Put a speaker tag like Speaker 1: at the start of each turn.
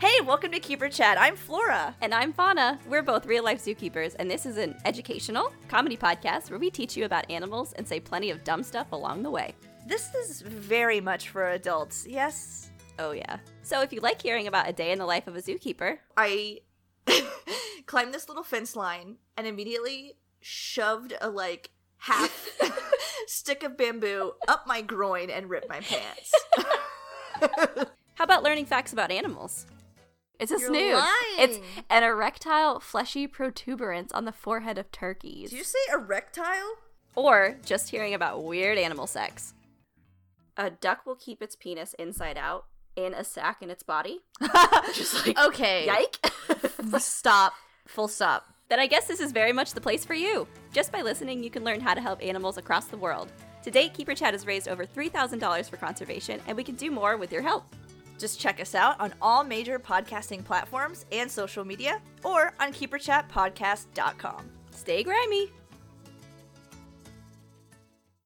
Speaker 1: Hey, welcome to Keeper Chat. I'm Flora.
Speaker 2: And I'm Fauna. We're both real life zookeepers, and this is an educational comedy podcast where we teach you about animals and say plenty of dumb stuff along the way.
Speaker 1: This is very much for adults. Yes,
Speaker 2: Oh, yeah. So if you like hearing about a day in the life of a zookeeper,
Speaker 1: I climbed this little fence line and immediately shoved a like half stick of bamboo up my groin and ripped my pants.
Speaker 2: how about learning facts about animals? It's a
Speaker 1: You're
Speaker 2: snood.
Speaker 1: lying.
Speaker 2: It's an erectile, fleshy protuberance on the forehead of turkeys.
Speaker 1: Did you say erectile?
Speaker 2: or just hearing about weird animal sex. A duck will keep its penis inside out in a sack in its body.
Speaker 3: Just like
Speaker 2: Okay. Yike.
Speaker 3: stop. Full stop.
Speaker 2: then I guess this is very much the place for you. Just by listening, you can learn how to help animals across the world. To date, Keeper Chat has raised over $3,000 for conservation, and we can do more with your help.
Speaker 1: Just check us out on all major podcasting platforms and social media or on keeperchatpodcast.com.
Speaker 2: Stay grimy.